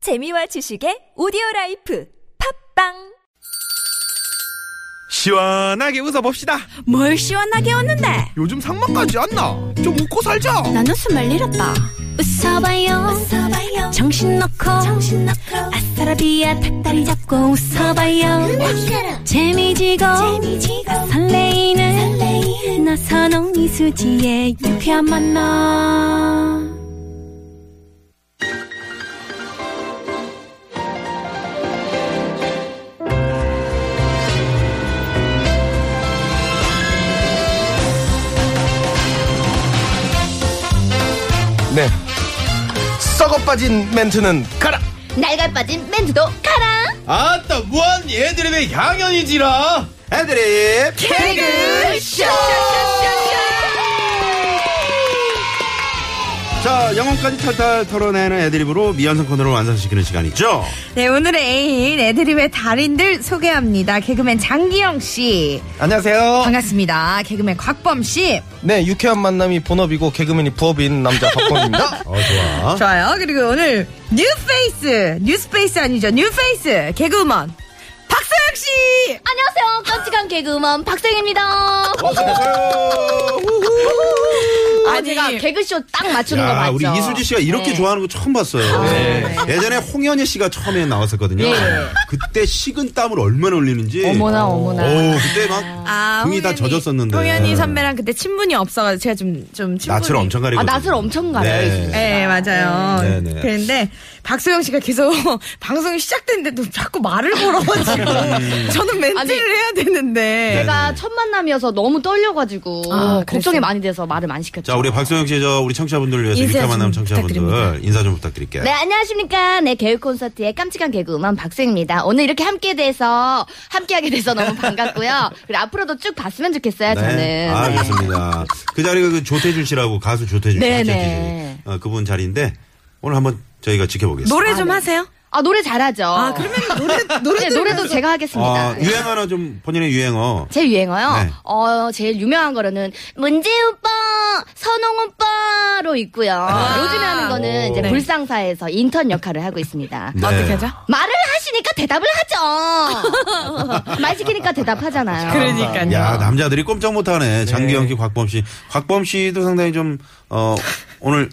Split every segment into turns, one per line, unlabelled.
재미와 지식의 오디오 라이프 팝빵
시원하게 웃어봅시다.
뭘 시원하게 웃는데
요즘 상만까지 안 나. 좀 웃고 살자.
난 웃음을 잃었다 웃어봐요, 정신 놓고 아싸라비아 닭다리 잡고 웃어봐요 재미지고, 설레이는, 나선홍 이수지의 유쾌한 만남
네. 썩어 빠진 멘트는 가라.
날가 빠진 멘트도 가라.
아따 무한 예드립의 향연이지라
애드립 개그쇼.
자, 영혼까지 탈탈 털어내는 애드립으로 미완성 코너를 완성시키는 시간이죠.
네, 오늘의 애인 애드립의 달인들 소개합니다. 개그맨 장기영 씨.
안녕하세요.
반갑습니다. 개그맨 곽범 씨.
네, 유쾌한 만남이 본업이고 개그맨이 부업인 남자 박범입니다.
어, 좋아.
좋아요. 그리고 오늘 뉴페이스. 뉴스페이스 아니죠. 뉴페이스. 개그우먼. 박서영 씨.
안녕하세요. 깜찍한 개그우먼 박생입니다. 아,
아니.
제가 개그쇼 딱 맞추는 거
야,
맞죠?
우리 이수지 씨가 이렇게
네.
좋아하는 거 처음 봤어요. 네. 예전에 홍현희 씨가 처음에 나왔었거든요. 그때 식은 땀을 얼마나 흘리는지.
네. 어머나, 어머나.
오, 그때 막
아,
등이 다 젖었었는데.
홍현희 선배랑 그때 친분이 없어가지고 제가 좀, 좀 친분이.
낯을 엄청 가리고.
아, 낯을 엄청 가려요, 이수지 씨.
네, 맞아요.
네, 네.
그런데 박소영 씨가 계속 방송이 시작됐는데도 자꾸 말을 걸어가지고
음.
저는 멘트를
아니,
해야
네.
되는데.
제가 첫 만남이어서 너무 떨려가지고
아,
걱정이 많이 돼서 말을 많이 시켰죠.
자, 우리 박소영 씨, 저, 우리 청취자분들을 위해서
인사
유쾌한
좀
만남 청취자분들
부탁드립니다.
인사 좀 부탁드릴게요.
네, 안녕하십니까. 네, 개그 콘서트의 깜찍한 개그우먼 박생입니다. 오늘 이렇게 함께 돼서, 함께하게 돼서 너무 반갑고요. 그리고 앞으로도 쭉 봤으면 좋겠어요, 저는.
네. 아, 알겠습니다. 그 자리가 그 조태준 씨라고 가수 조태준 씨.
네네.
조태준 씨. 어, 그분 자리인데 오늘 한번 저희가 지켜보겠습니다.
노래 좀 하세요.
아, 노래 잘하죠.
아, 그러면 노래, 노래
네, 노래도 제가 하겠습니다.
아,
네.
유행 하나 좀 본인의 유행어.
제 유행어요.
네.
어, 제일 유명한 거로는 문제 오빠, 선홍 오빠로 있고요.
아.
요즘에 하는 거는 이제
네.
불상사에서 인턴 역할을 하고 있습니다.
네.
어떻게 하죠?
말을 하시니까 대답을 하죠. 말 시키니까 대답하잖아요.
그러니까요.
야 남자들이 꼼짝 못하네. 장기영 씨, 곽범 씨, 곽범 씨도 상당히 좀 어, 오늘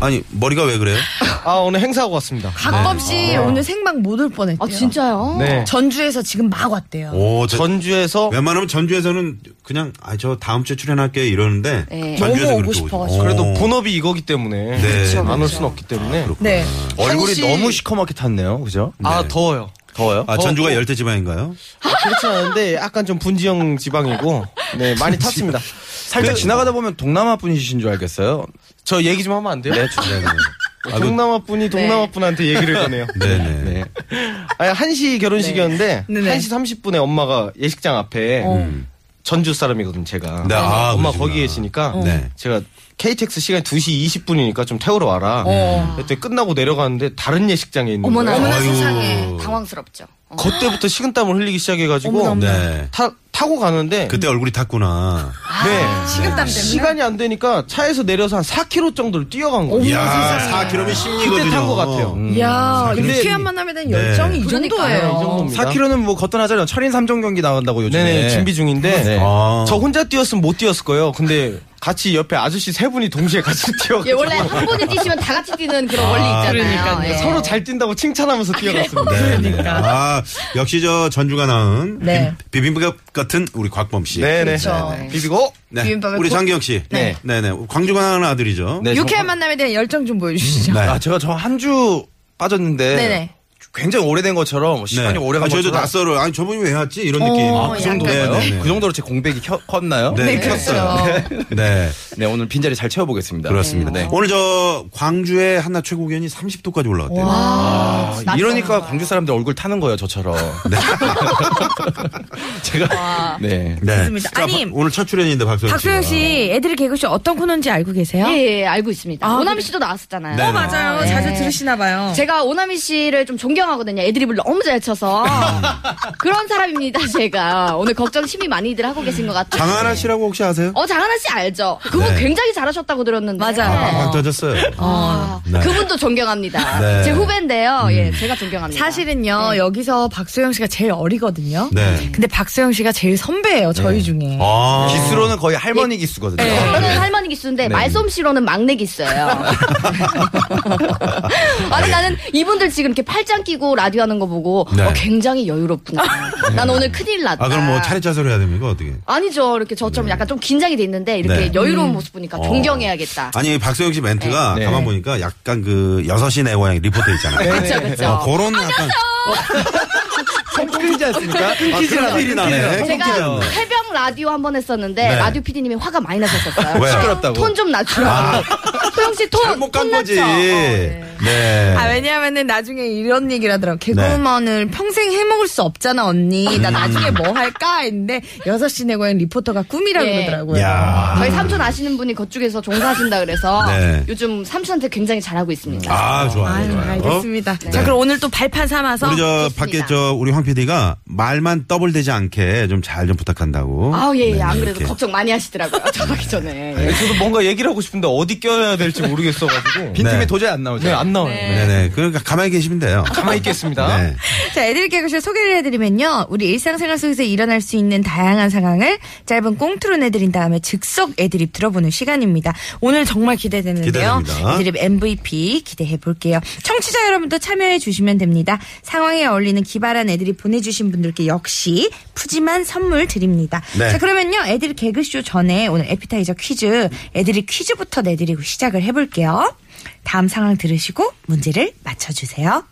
아니 머리가 왜 그래요?
아, 오늘 행사하고 왔습니다.
박범 씨 오늘 생방 못 올 뻔했대요.
아 진짜요?
네.
전주에서 지금 막 왔대요.
오, 어, 저-
전주에서
웬만하면 전주에서는 그냥 아 저 다음 주에 출연할게 이러는데
네.
전주에서
너무
그렇게
오고
오죠.
싶어가지고.
그래도
네.
그렇죠.
오.
본업이 이거기 때문에
네.
안 올 수는 없기 때문에
네.
아, 그렇죠. 얼굴이
혹시-
너무 시커멓게 탔네요. 그죠?
아 더워요.
더워요?
아 전주가
어, 어.
열대 지방인가요?
아, 그렇지 않은데 약간 좀 분지형 지방이고 네 많이 탔습니다.
살짝
네.
지나가다 보면 동남아 분이신 줄 알겠어요.
저 얘기 좀 하면 안 돼요? 어,
네, 주-
네, 아, 그-
동남아 분이 동남아 분한테 얘기를 꺼내요.
네네.
네.
아니 1시 결혼식이었는데
네. 네네.
1시 30분에 엄마가 예식장 앞에
음.
전주 사람이거든요, 제가.
네, 아,
엄마
그러시구나.
거기 계시니까
네.
제가 KTX 시간이 2시 20분이니까 좀 태우러 와라. 그때 끝나고 내려가는데 다른 예식장에 있는
어머나
거예요.
아유.
세상에 당황스럽죠. 어.
그때부터 식은땀을 흘리기 시작해 가지고
네.
타 타고 가는데
그때 얼굴이 탔구나.
네.
식은땀 때문에.
시간이 안 되니까 차에서 내려서 한 4km 정도를 뛰어간 거예요.
이야, 4km면
그때
10리거든요. 음.
탄것 같아요.
음. 이야,
근데-
유쾌한 만남에 대한 열정이 이
네, 이
정도예요.
정도입니다.
4km는 뭐 걷던하자면 철인 3종 경기 나간다고 요즘에.
네네 준비 중인데
네.
아.
저 혼자 뛰었으면 못 뛰었을 거예요. 근데 같이 옆에 아저씨 세 분이 동시에 같이 뛰어.
예, 원래 한 분이 뛰시면 다 같이 뛰는 그런 원리 있잖아요. 예.
그러니까 서로 잘 뛴다고 칭찬하면서 뛰어갔습니다.
네, 네. 아, 역시 저 전주가 낳은
네.
비- 비빔밥 같은 우리 곽범 씨.
네네.
그렇죠.
비비고
네.
비빔밥에
우리
고-
장기영 씨.
네.
네네. 광주가 낳은 아들이죠.
네,
유쾌한
저-
만남에 대한 열정 좀 보여주시죠.
네.
아, 제가 저 한 주 빠졌는데
네네.
굉장히 오래된 것처럼 뭐
네.
시간이 오래 간
아, 저희도
것처럼
낯설어요. 아니, 저분이 왜 왔지? 이런 느낌.
아,
그 정도예요?
네네네.
그 정도로 제 공백이 켜- 컸나요?
그
네,
그렇죠.
켰어요. 네,
네, 오늘 빈자리 잘 채워보겠습니다.
그렇습니다.
네.
오늘 저 광주의 한나 최고위원이 30도까지 올라왔대요.
아, 이러니까 광주 사람들 얼굴 타는 거예요, 저처럼.
네.
제가 네.
네.
맞습니다.
자,
아니,
바- 오늘 첫 출연인데 박소영 씨.
박소영 씨, 애들이 개그쇼 어떤 코너인지 알고 계세요?
예, 예, 알고 있습니다.
아,
오나미
그래.
어, 씨도 나왔었잖아요.
네.
맞아요.
네.
자주 들으시나 봐요.
제가 오나미 씨를 좀 존경하거든요. 애드립을 너무 잘 쳐서 그런 사람입니다. 제가 오늘 걱정 심히 많이들 하고 계신 것 같아요.
장하나 씨라고 혹시 아세요?
어 장하나 씨 알죠? 그분
네.
굉장히 잘하셨다고 들었는데.
맞아요.
아,
네.
빡빡 터졌어요.
아,
네.
그분도 존경합니다.
네.
제 후배인데요. 예, 제가 존경합니다.
사실은요
네.
여기서 박소영 씨가 제일 어리거든요.
네.
근데 박소영 씨가 제일 선배예요 저희 중에.
아.
기수로는 거의 할머니 기수거든요.
저는 할머니
네.
기수인데 말솜씨로는 막내 기수예요. 아니 나는 이분들 지금 이렇게 팔짱 끼고 라디오 하는 거 보고
네.
어, 굉장히 여유롭구나. 난 오늘 큰일 났다.
아, 그럼 뭐 차례 차소로 해야 됩니까? 어떻게?
아니죠. 이렇게 저처럼 약간 좀 긴장이 돼 있는데 이렇게
네.
여유로운
음.
모습 보니까
어.
존경해야겠다.
아니, 박소영 씨 멘트가
네.
가만 보니까 약간 그 여섯 시내 고향 리포터 있잖아요.
그렇죠, 그렇죠.
어, 그런 약간
성 끊지 않습니까?
끊기질 않아.
필이 나네.
제가 새벽 라디오 한 번 했었는데
네.
라디오 PD님이 화가 많이 나셨었어요.
왜요? 아.
시끄럽다고.
톤 좀 낮추라. 소영 씨 톤.
잘못 간
톤
거지.
낮춰. 어,
네. 네.
네.
아 왜냐면은 나중에 이런 얘기를 하더라고 개그우먼을 평생 해먹을 수 없잖아 언니
음.
나 나중에 뭐 할까 했는데 6시 내 고향 리포터가 꿈이라고
예.
그러더라고요
야.
저희 삼촌 아시는 분이 그쪽에서 종사하신다 그래서
네.
요즘 삼촌한테 굉장히 잘하고 있습니다.
아, 좋아요.
아유,
좋아요.
알겠습니다
네.
자 그럼 오늘 또 발판 삼아서
우리 저
좋습니다.
밖에 저 우리 황 PD가 말만 더블되지 않게 좀 잘 좀 부탁한다고.
아우 예, 예.
네,
안 그래도
이렇게. 네.
걱정 많이 하시더라고요. 저기 전에. 예.
저도 뭔가 얘기를 하고 싶은데 어디 껴야 될지 모르겠어가지고.
빈틈이
네.
도저히 안 나오죠.
네, 아, 안 나와요.
네네. 그러니까 가만히 계시면 돼요.
가만히 있겠습니다.
네.
자, 애들 개그쇼 소개를 해드리면요. 우리 일상생활 속에서 일어날 수 있는 다양한 상황을 짧은 꽁트로 내드린 다음에 즉석 애드립 들어보는 시간입니다. 오늘 정말 기대되는데요.
기대됩니다.
애드립 MVP 기대해볼게요. 청취자 여러분도 참여해주시면 됩니다. 상황에 어울리는 기발한 애드립 보내주신 분들께 역시 푸짐한 선물 드립니다.
네.
자, 그러면요. 애드립 개그쇼 전에 오늘 에피타이저 퀴즈, 애드립 퀴즈부터 내드리고 시작을 해볼게요. 다음 상황 들으시고 문제를 맞춰주세요.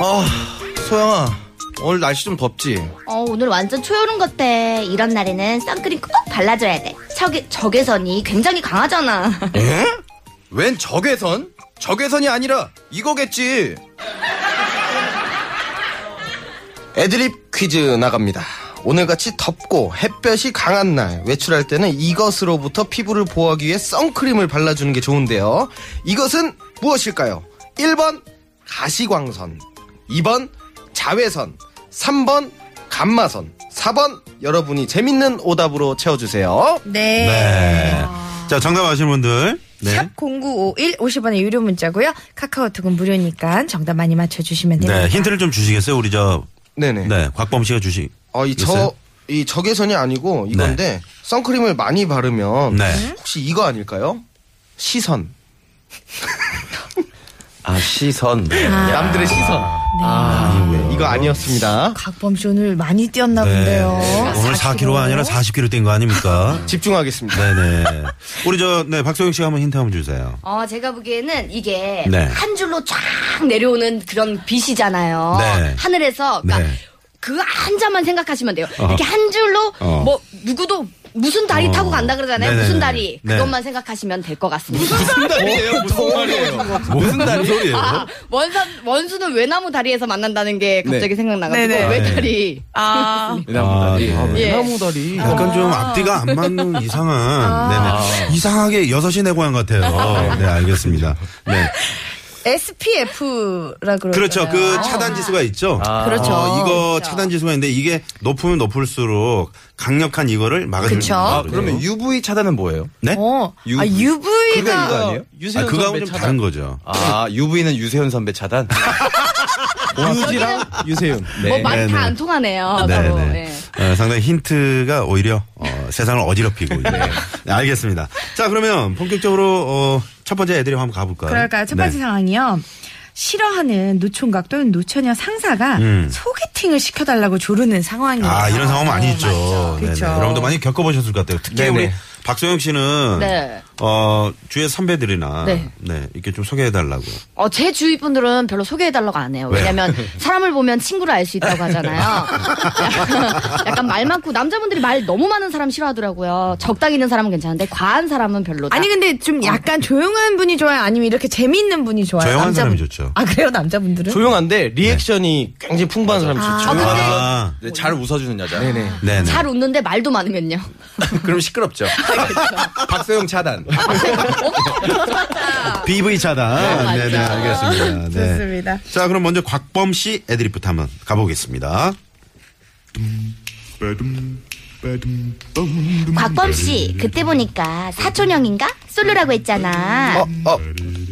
아, 소영아. 오늘 날씨 좀 덥지?
어, 오늘 완전 초여름 같아. 이런 날에는 선크림 꼭 발라줘야 돼. 저기, 적외선이 굉장히 강하잖아.
에? 웬 적외선? 적외선이 아니라 이거겠지. 애드립 퀴즈 나갑니다. 오늘같이 덥고 햇볕이 강한 날 외출할 때는 이것으로부터 피부를 보호하기 위해 선크림을 발라주는 게 좋은데요. 이것은 무엇일까요? 1번 가시광선, 2번 자외선, 3번 감마선, 4번 여러분이 재밌는 오답으로 채워주세요.
네. 자, 정답 아시는 분들. 네.
샵 0951 50원의 유료 문자고요. 카카오톡은 무료니까 정답 많이 맞춰주시면 됩니다.
네. 힌트를 좀 주시겠어요? 우리 저,
네네.
네. 곽범 씨가 주시.
어, 이
있어요?
저, 이 적외선이 아니고 이건데
네.
선크림을 많이 바르면
네.
혹시 이거 아닐까요? 시선.
아, 시선.
남들의 시선. 네.
아,
이거 아니었습니다.
각범 씨 오늘 많이 뛰었나 본데요.
네. 오늘 4kg가 아니라 40kg 뛴 거 아닙니까?
집중하겠습니다.
네네. 우리 저, 네, 박소영 씨가 한번 힌트 한번 주세요.
어, 제가 보기에는 이게
네.
한 줄로 쫙 내려오는 그런 빛이잖아요.
네.
하늘에서. 그러니까
네.
그 한자만 생각하시면 돼요. 이렇게 한 줄로
어.
뭐 누구도 무슨 다리
어.
타고 간다 그러잖아요.
네네네.
무슨 다리.
네.
그것만 생각하시면 될 것 같습니다.
무슨 무슨 말이에요?
무슨 소리예요?
아, 원선, 원수는 외나무 다리에서 만난다는 게 갑자기 생각나가지고
네네.
외다리.
아,
네.
네.
나무다리.
아,
예.
나무다리.
약간 좀 앞뒤가 안 맞는 이상한
아.
네네. 이상하게 6시 내 고향 같아요. 네, 알겠습니다. 네.
SPF라 그러죠.
그렇죠. 그 차단 지수가 있죠.
그렇죠.
어, 이거 차단 지수가 있는데 이게 높으면 높을수록 강력한 이거를 막아주는
그쵸.
거예요.
아, 그러면 UV 차단은 뭐예요?
네?
어, 아,
UV. 그거 이거
UV가
아니에요?
아,
유세현
그거하고
선배
좀
차단.
다른 거죠.
아, UV는 유세윤 선배 차단.
유지랑 유세윤.
뭐
네.
말이
네네.
다 안 통하네요. 서로.
네네.
예.
어, 상당히 힌트가 오히려 어, 세상을 어지럽히고 있네요. 네, 알겠습니다. 자 그러면 본격적으로 어, 첫 번째 애들이 한번 가볼까요?
그럴까요? 첫 번째
네.
상황이요. 싫어하는 노총각 또는 노처녀 상사가
음.
소개팅을 시켜달라고 조르는 상황이에요.
아 이런 상황 많이 있죠. 네네.
어, 그쵸.
여러분도 많이 겪어보셨을 것 같아요. 특히
네네.
우리 박소영 씨는
네.
어, 주위의 선배들이나
네.
네, 이렇게 좀 소개해달라고.
어, 제 주위 분들은 별로 소개해달라고 안 해요.
왜요?
왜냐면 사람을 보면 친구를 알 수 있다고 하잖아요. 약간, 약간 말 많고 남자분들이 말 너무 많은 사람 싫어하더라고요. 적당히 있는 사람은 괜찮은데 과한 사람은 별로다.
아니 근데 좀 약간 조용한 분이 좋아요? 아니면 이렇게 재미있는 분이 좋아요?
어. 조용한 사람이
남자분.
좋죠.
아 그래요 남자분들은?
조용한데 리액션이 굉장히 풍부한 사람이 좋죠.
근데-
아,
네, 잘 웃어주는 여자. 네네.
네네.
잘 웃는데 말도 많으면요.
아.
그럼 시끄럽죠. 박소영 차단.
BV 차단. 네네, 알겠습니다. 네.
어.
좋습니다.
자, 그럼 먼저 곽범 씨 애드립부터 한번 가보겠습니다.
곽범 씨, 그때 보니까 사촌 형인가 솔로라고 했잖아.
어,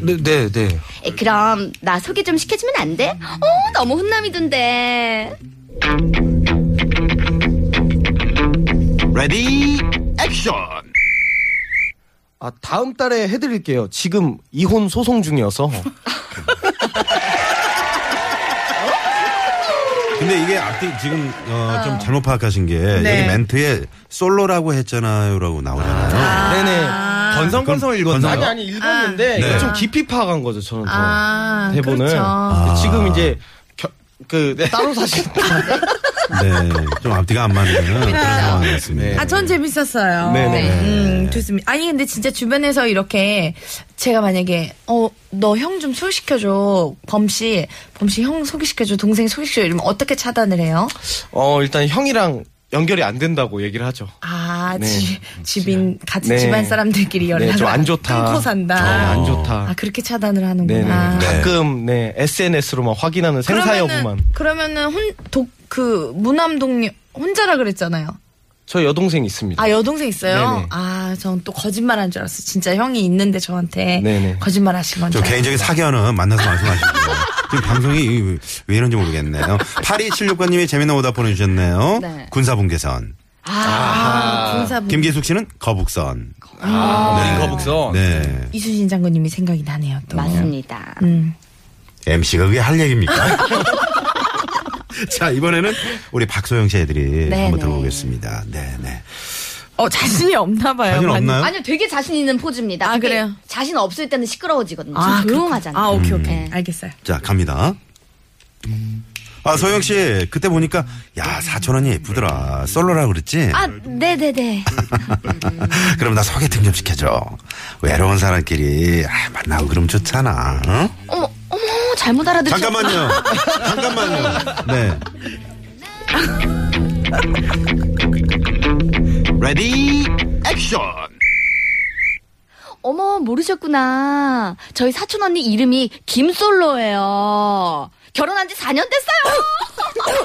네, 네, 네.
에, 그럼 나 소개 좀 시켜주면 안 돼? 어, 너무 훈남이던데.
레디, 액션!
아, 다음 달에 해드릴게요. 지금 이혼 소송 중이어서.
근데 이게 앞뒤 지금 어, 좀 잘못 파악하신 게 여기 멘트에 솔로라고 했잖아요라고 나오잖아요.
네네.
건성건성
건성건성을 읽었나요?
아니, 아니, 읽었는데, 이거
네.
좀 깊이 파악한 거죠, 저는 더.
아,
대본을.
그렇죠.
지금 이제, 겨- 그, 따로 사신.
네, 좀 앞뒤가 안 맞는 그런 상황이었습니다. 네.
아, 전 재밌었어요.
네네.
음, 좋습니다. 아니, 근데 진짜 주변에서 이렇게 제가 만약에, 어, 너 형 좀 소개시켜줘. 범씨, 범씨 형 소개시켜줘. 동생 소개시켜줘. 이러면 어떻게 차단을 해요?
어, 일단 형이랑 연결이 안 된다고 얘기를 하죠.
아,
네.
지- 집인, 같이
네.
집안 사람들끼리 연락을.
네, 좀 안 좋다.
끊고 산다.
네, 안
아,
좋다.
그렇게 차단을
네네.
하는구나.
가끔, 네, SNS로만 확인하는 생사 여부만.
그러면은 혼, 독, 그, 무남 동료, 혼자라 그랬잖아요.
저 여동생 있습니다.
아 여동생 있어요?
네네.
아, 전 또 거짓말한 줄 알았어. 진짜 형이 있는데 저한테
네네.
거짓말 하신 건줄
저 개인적인 사견은 만나서 말씀하시고요. 지금 방송이 왜- 왜 이런지 모르겠네요. 8276관님이 재미난 오답 보내주셨네요.
네.
군사분계선.
아, 군사분
김기숙 씨는 거북선.
우린 거북선.
네.
이수진 장군님이 생각이 나네요. 또.
맞습니다.
음.
MC가 그게 할 얘기입니까? 자, 이번에는 우리 박소영 씨 애들이
네,
한번
네.
들어보겠습니다. 네, 네.
어 자신이 없나
네,
봐요.
자신 없나요?
아니요, 되게 자신 있는 포즈입니다.
아,
그게
그래요?
자신 없을 때는 시끄러워지거든요.
아,
좀
그렇구나.
조용하잖아요.
아 오케이 오케이
음.
네.
알겠어요.
자, 갑니다. 아, 소영 씨, 그때 보니까, 야, 사촌 언니 예쁘더라. 솔로라 그랬지?
아, 네네네.
그럼 나 소개팅 좀 시켜줘. 외로운 사람끼리, 아, 만나고 그럼 좋잖아. 응?
어머, 어머, 잘못 알아듣죠.
잠깐만요. 잠깐만요. 네. 레디 액션.
어머, 모르셨구나. 저희 사촌 언니 이름이 김솔로예요. 결혼한 지 4년 됐어요.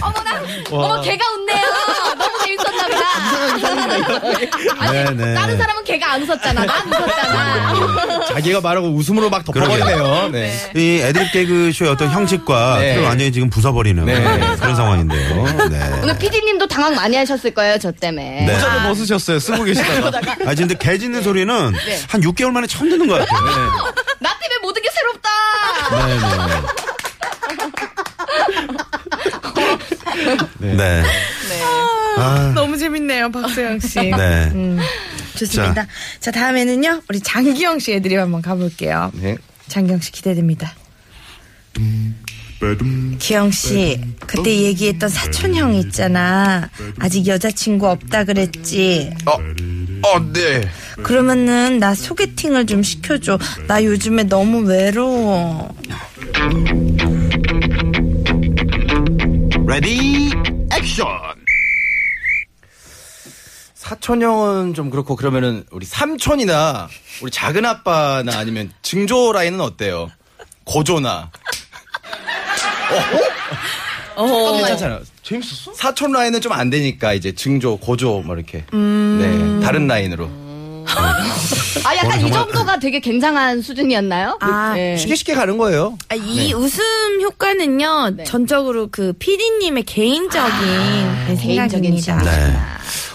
어머나, 어머, 개가 웃네요. 너무 재밌었나 보다. 아니,
네, 네.
다른 사람은 개가 안 웃었잖아. 난 웃었잖아.
자기가 말하고 웃음으로 막 덮어버리네요. 네.
이 애드립 개그쇼의 어떤 형식과
네.
틀을 완전히 지금 부숴버리는
네.
그런 상황인데요. 네.
오늘 PD님도 당황 많이 하셨을 거예요, 저 때문에.
네.
모자를 벗으셨어요. 쓰고 계시다가.
아, 근데 개 짖는 소리는 한 6개월 만에 처음 듣는 것 같아요.
나 때문에 모든 게 새롭다.
네. 네. 아,
너무 재밌네요 박소영 씨.
네.
좋습니다. 자. 다음에는요 우리 장기영 씨 애들이 한번 가볼게요.
네.
장기영 씨 기대됩니다. 기영 씨 그때 얘기했던 사촌 형 있잖아. 아직 여자친구 없다 그랬지.
어, 어, 네.
그러면은 나 소개팅을 좀 시켜줘. 나 요즘에 너무 외로워.
레디 액션.
사촌형은 좀 그렇고 그러면은 우리 삼촌이나 우리 작은 아빠나 아니면 증조 라인은 어때요? 고조나. 어? 어? 괜찮잖아요. 재밌었어? 사촌 라인은 좀 안 되니까 이제 증조, 고조 뭐 이렇게.
음.
네. 다른 라인으로.
아, 약간 이 정도가 되게 굉장한 수준이었나요?
아,
네.
쉽게 쉽게 가는 거예요.
아, 이 웃음 효과는요
네.
전적으로 그 피디님의 개인적인 네,
아, 개인적인
생각입니다.
네.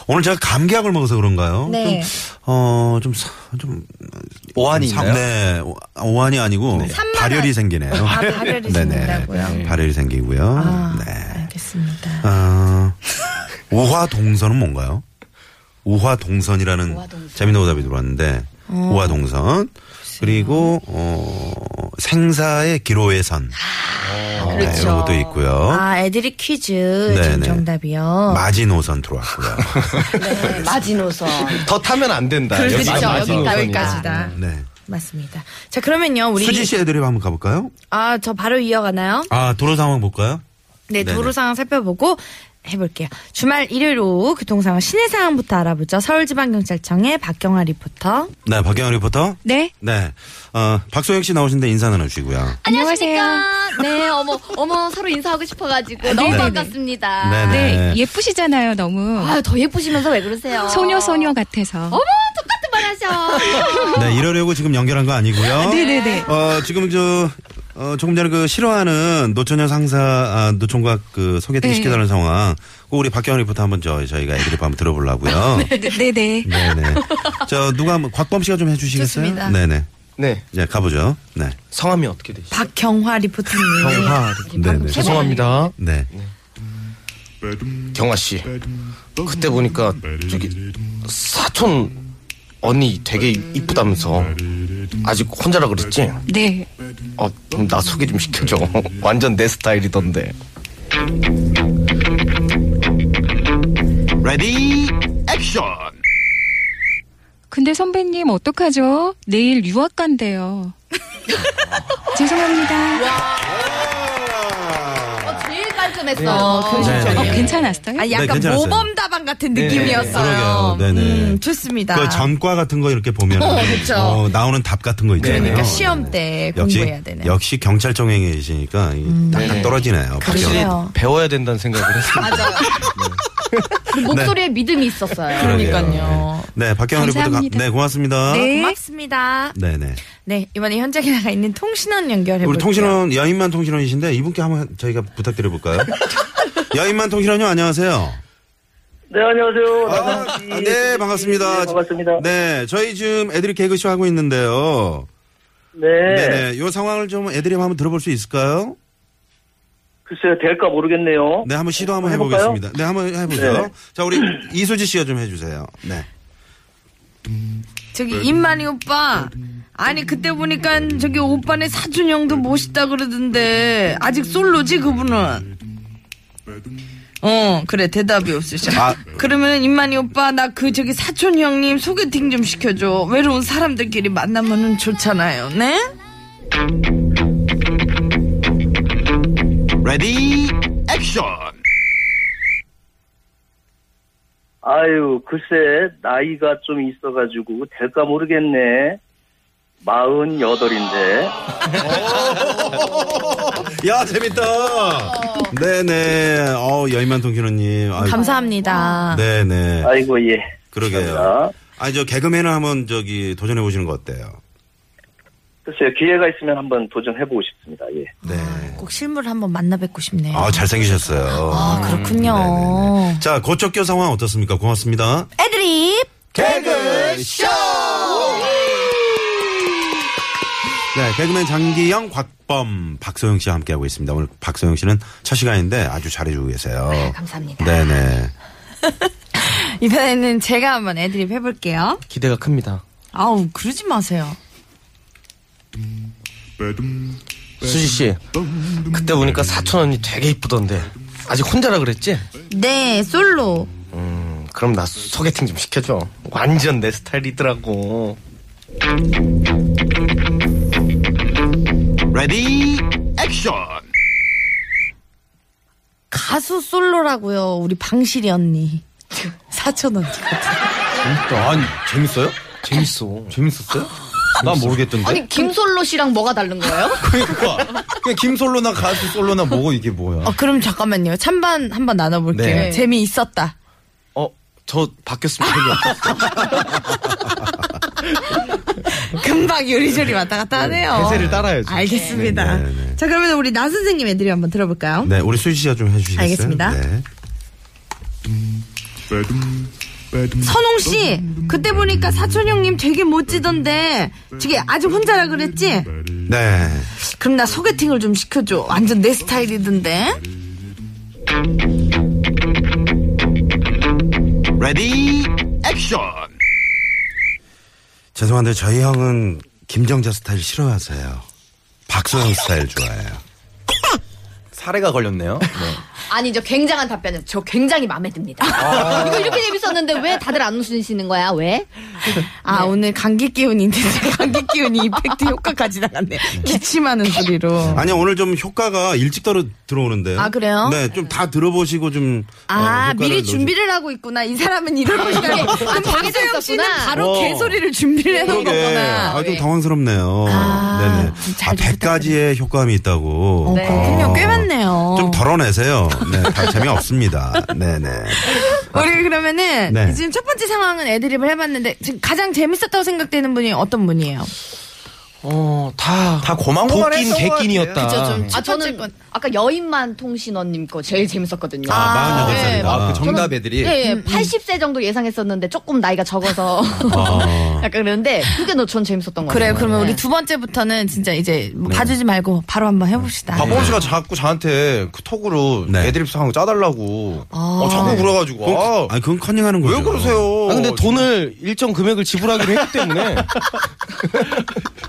오늘 제가 감기약을 먹어서 그런가요?
네.
좀, 어, 좀, 사- 좀,
음,
오한이
삼-
있나요?
네. 오- 오한이 아니고
산만한-
발열이 생기네요.
아, 발열이 생긴다고요?
네네. 발열이 생기고요. 네.
알겠습니다.
어, 우화동선은 뭔가요? 우화동선이라는 재미난 오답이 들어왔는데 우화동선 그리고 어, 생사의 기로의 선 어, 네, 이런 것도 있고요.
아 애들이 퀴즈
네,
지금
네.
정답이요.
마지노선 들어왔고요.
네, 마지노선.
더 타면 안 된다.
그렇죠.
여기까지
여기까지.
마지노선이야.
여기까지다.
네.
맞습니다. 자 그러면요 우리
수지 씨 애드립 한번 가볼까요?
아 저 바로 이어가나요?
아 도로 상황 볼까요?
네
네네.
도로 상황 살펴보고 해볼게요. 주말 일요일 오후 교통상황 시내 상황부터 알아보죠. 서울지방경찰청의 박경아 리포터.
네, 박경영 리포터.
네.
네. 어, 박소영 씨 나오신데 인사 나눠주시고요.
안녕하십니까. 네, 어머, 어머, 서로 인사하고 싶어가지고 너무
네네네.
반갑습니다.
아, 네네.
예쁘시잖아요, 너무.
아유, 더 예쁘시면서 왜 그러세요?
소녀소녀 같아서.
어머, 똑같은 말 하셔.
네, 이러려고 지금 연결한 거 아니고요.
네네네.
어, 지금 저, 어, 조금 전에 그 싫어하는 노처녀 상사, 아, 노총각 그 소개팅
네.
시켜달라는 상황. 꼭 우리 박경원 리포터 한번 저, 저희가 애드립 한번 들어보려고요.
네네.
네네. 저, 누가 한번, 곽범 씨가 좀 해주시겠어요?
좋습니다.
네네.
네.
네, 가보죠. 네.
성함이 어떻게 되시죠?
박경화 리포터님.
경화.
네네.
네, 죄송합니다.
네.
경화 씨. 그때 보니까 저기 사촌 언니 되게 이쁘다면서 아직 혼자라 그랬지?
네.
어, 그럼 나 소개 좀 시켜줘. 완전 내 스타일이던데.
레디 액션
근데 선배님 어떡하죠? 내일 유학 간대요. 죄송합니다.
제일 네. 깔끔했어.
어, 괜찮았어요?
아,
네,
약간
괜찮았어요.
모범 다방 같은
네네.
느낌이었어요.
그러게요. 네네.
음, 좋습니다.
그 전과 같은 거 이렇게 보면
어, 그쵸.
어, 나오는 답 같은 거 있잖아요. 네.
그러니까 시험 때 공부해야 되네.
어. 역시 경찰청에 계시니까 이 딱딱 떨어지네요.
확실히
박경원.
그래요. 아, 네.
배워야 된다는 생각을 했습니다.
그 목소리에 믿음이 있었어요.
그러게요.
그러니까요.
네, 네 박경원 리포터. 가-
감사합니다.
네, 고맙습니다.
고맙습니다.
네, 네.
네, 이번에 현장에 나가 있는 통신원 연결해 볼게요.
우리 통신원 여인만 통신원이신데 이분께 한번 저희가 부탁드려 볼까요? 여인만 통신원요 안녕하세요.
네, 안녕하세요.
아, 네, 반갑습니다.
네, 반갑습니다.
네, 저희 지금 애드립 개그쇼 하고 있는데요.
네.
네, 네. 요 상황을 좀 애드립 한번 들어볼 수 있을까요?
글쎄요, 될까 모르겠네요.
네, 한번 시도 한번
해볼까요?
해보겠습니다. 네, 한번 해보죠.
네.
자, 우리 이수지 씨가 좀 해주세요. 네.
저기 임만희 오빠 아니 그때 보니까 저기 오빠네 사준 형도 멋있다 그러던데 아직 솔로지 그분은 어 그래 대답이 없으셔
아.
그러면 임만희 오빠 나 그 저기 사촌 형님 소개팅 좀 시켜줘 외로운 사람들끼리 만나면은 좋잖아요 네?
레디 액션
아유, 글쎄, 나이가 좀 있어가지고, 될까 모르겠네. 마흔 여덟인데.
아, 야, 재밌다.
어.
네네. 어 여인만 통신원님. 아이고.
감사합니다.
네네.
아이고, 예.
그러게요. 아니, 저 개그맨을 한번 저기 도전해보시는 거 어때요?
글쎄요, 기회가 있으면 한번 도전해보고 싶습니다, 예.
네.
꼭 실물 한번 만나 뵙고 싶네요.
아, 잘생기셨어요.
아, 그렇군요.
네네네. 자, 고척교 상황 어떻습니까? 고맙습니다.
애드립.
개그쇼! 네, 개그맨 장기영, 곽범, 박소영 씨와 함께하고 있습니다. 오늘 박소영 씨는 첫 시간인데 아주 잘해주고 계세요.
감사합니다.
네네. 네.
이번에는 제가 한번 애드립 해볼게요.
기대가 큽니다.
아우 그러지 마세요.
수지 씨, 그때 보니까 사촌 언니 되게 이쁘던데 아직 혼자라 그랬지?
네 솔로.
음, 그럼 나 소개팅 좀 시켜줘. 완전 내 스타일이더라고.
레디 액션
가수 솔로라고요. 우리 방실이 언니. 사촌 언니.
아니 재밌어요?
재밌어.
재밌었어요? 난 모르겠던데.
아니, 김솔로 씨랑 뭐가 다른 거예요?
그러니까 그냥 김솔로나 가수 솔로나 뭐고 이게 뭐야?
아,
어, 그럼 잠깐만요. 찬반 한번 나눠볼게요.
네.
재미 있었다.
어, 저 바뀌었으면 되게
금방 요리조리 왔다 갔다 하네요.
대세를 따라야죠.
알겠습니다.
네, 네.
자, 그러면 우리 나 선생님 애들이 한번 들어볼까요?
네, 우리 수지 씨가 좀 해주시겠어요?
알겠습니다.
네.
선홍 씨, 그때 보니까 사촌 형님 되게 멋지던데, 저게 아직 혼자라 그랬지?
네.
그럼 나 소개팅을 좀 시켜줘. 완전 내 스타일이던데.
레디 액션
죄송한데 저희 형은 김정자 스타일 싫어하세요. 박소영 스타일 좋아해요.
사례가 걸렸네요. 네.
아니 저 굉장한 답변은 저 굉장히 마음에 듭니다. 이거 이렇게 재밌었는데 왜 다들 안 웃으시는 거야? 왜?
아 오늘 감기 기운인데 감기 기운이 이펙트 효과까지 나갔네. 기침하는 소리로.
아니 오늘 좀 효과가 일찍 떨어 들어오는데요.
아, 그래요?
네, 좀 다 들어보시고 좀.
아,
어, 효과를
미리
넣으시-
준비를 하고 있구나. 이 사람은 이럴 것이다.
아,
그럼
저기서
박소영 씨는
있었구나.
바로
어.
개소리를 준비를 해놓은
그러게.
거구나.
아, 좀 당황스럽네요. 네네. 아, 100가지의 효과음이 있다고.
네. 그렇군요. 꽤 많네요.
좀 덜어내세요. 네, 다 재미없습니다. 네네.
우리 그러면은
네.
지금 첫 번째 상황은 애드립을 해봤는데 지금 가장 재밌었다고 생각되는 분이 어떤 분이에요?
어, 다. 다
고만고만
도끼인
했던 것
객끼니였다.
같아요. 그쵸, 좀
아 저는 아까 여인만 통신원님 거 제일 재밌었거든요.
아, 48
네,
살이다. 아, 그 정답
저는-
애들이?
예,
음,
예, 80세 정도 예상했었는데 조금 나이가 적어서
아.
약간 그런데 그게 너전 재밌었던 거
그래요.
같아요.
그러면
네.
우리 두 번째부터는 진짜 이제 뭐
네.
봐주지 말고 바로 한번
아,
해봅시다.
아, 박범 씨가 자꾸 저한테 그 톡으로 애드립 상황 짜달라고 어, 자꾸 물어가지고
네. 그건, 아니, 그건 커닝하는 거죠.
왜 그러세요?
아, 근데 돈을 일정 금액을 지불하기로 했기 때문에.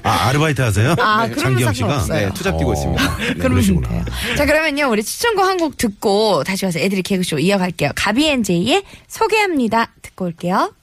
아, 아르바이트 하세요?
아, 그러면
장기영 씨가?
상관없어요. 아,
네, 투잡 뛰고 있습니다.
네,
그러면
그러시구나.
자 그러면요 우리 추천곡 한 곡 듣고 다시 와서 애들이 개그쇼 이어갈게요. 가비앤제이의 소개합니다. 듣고 올게요.
그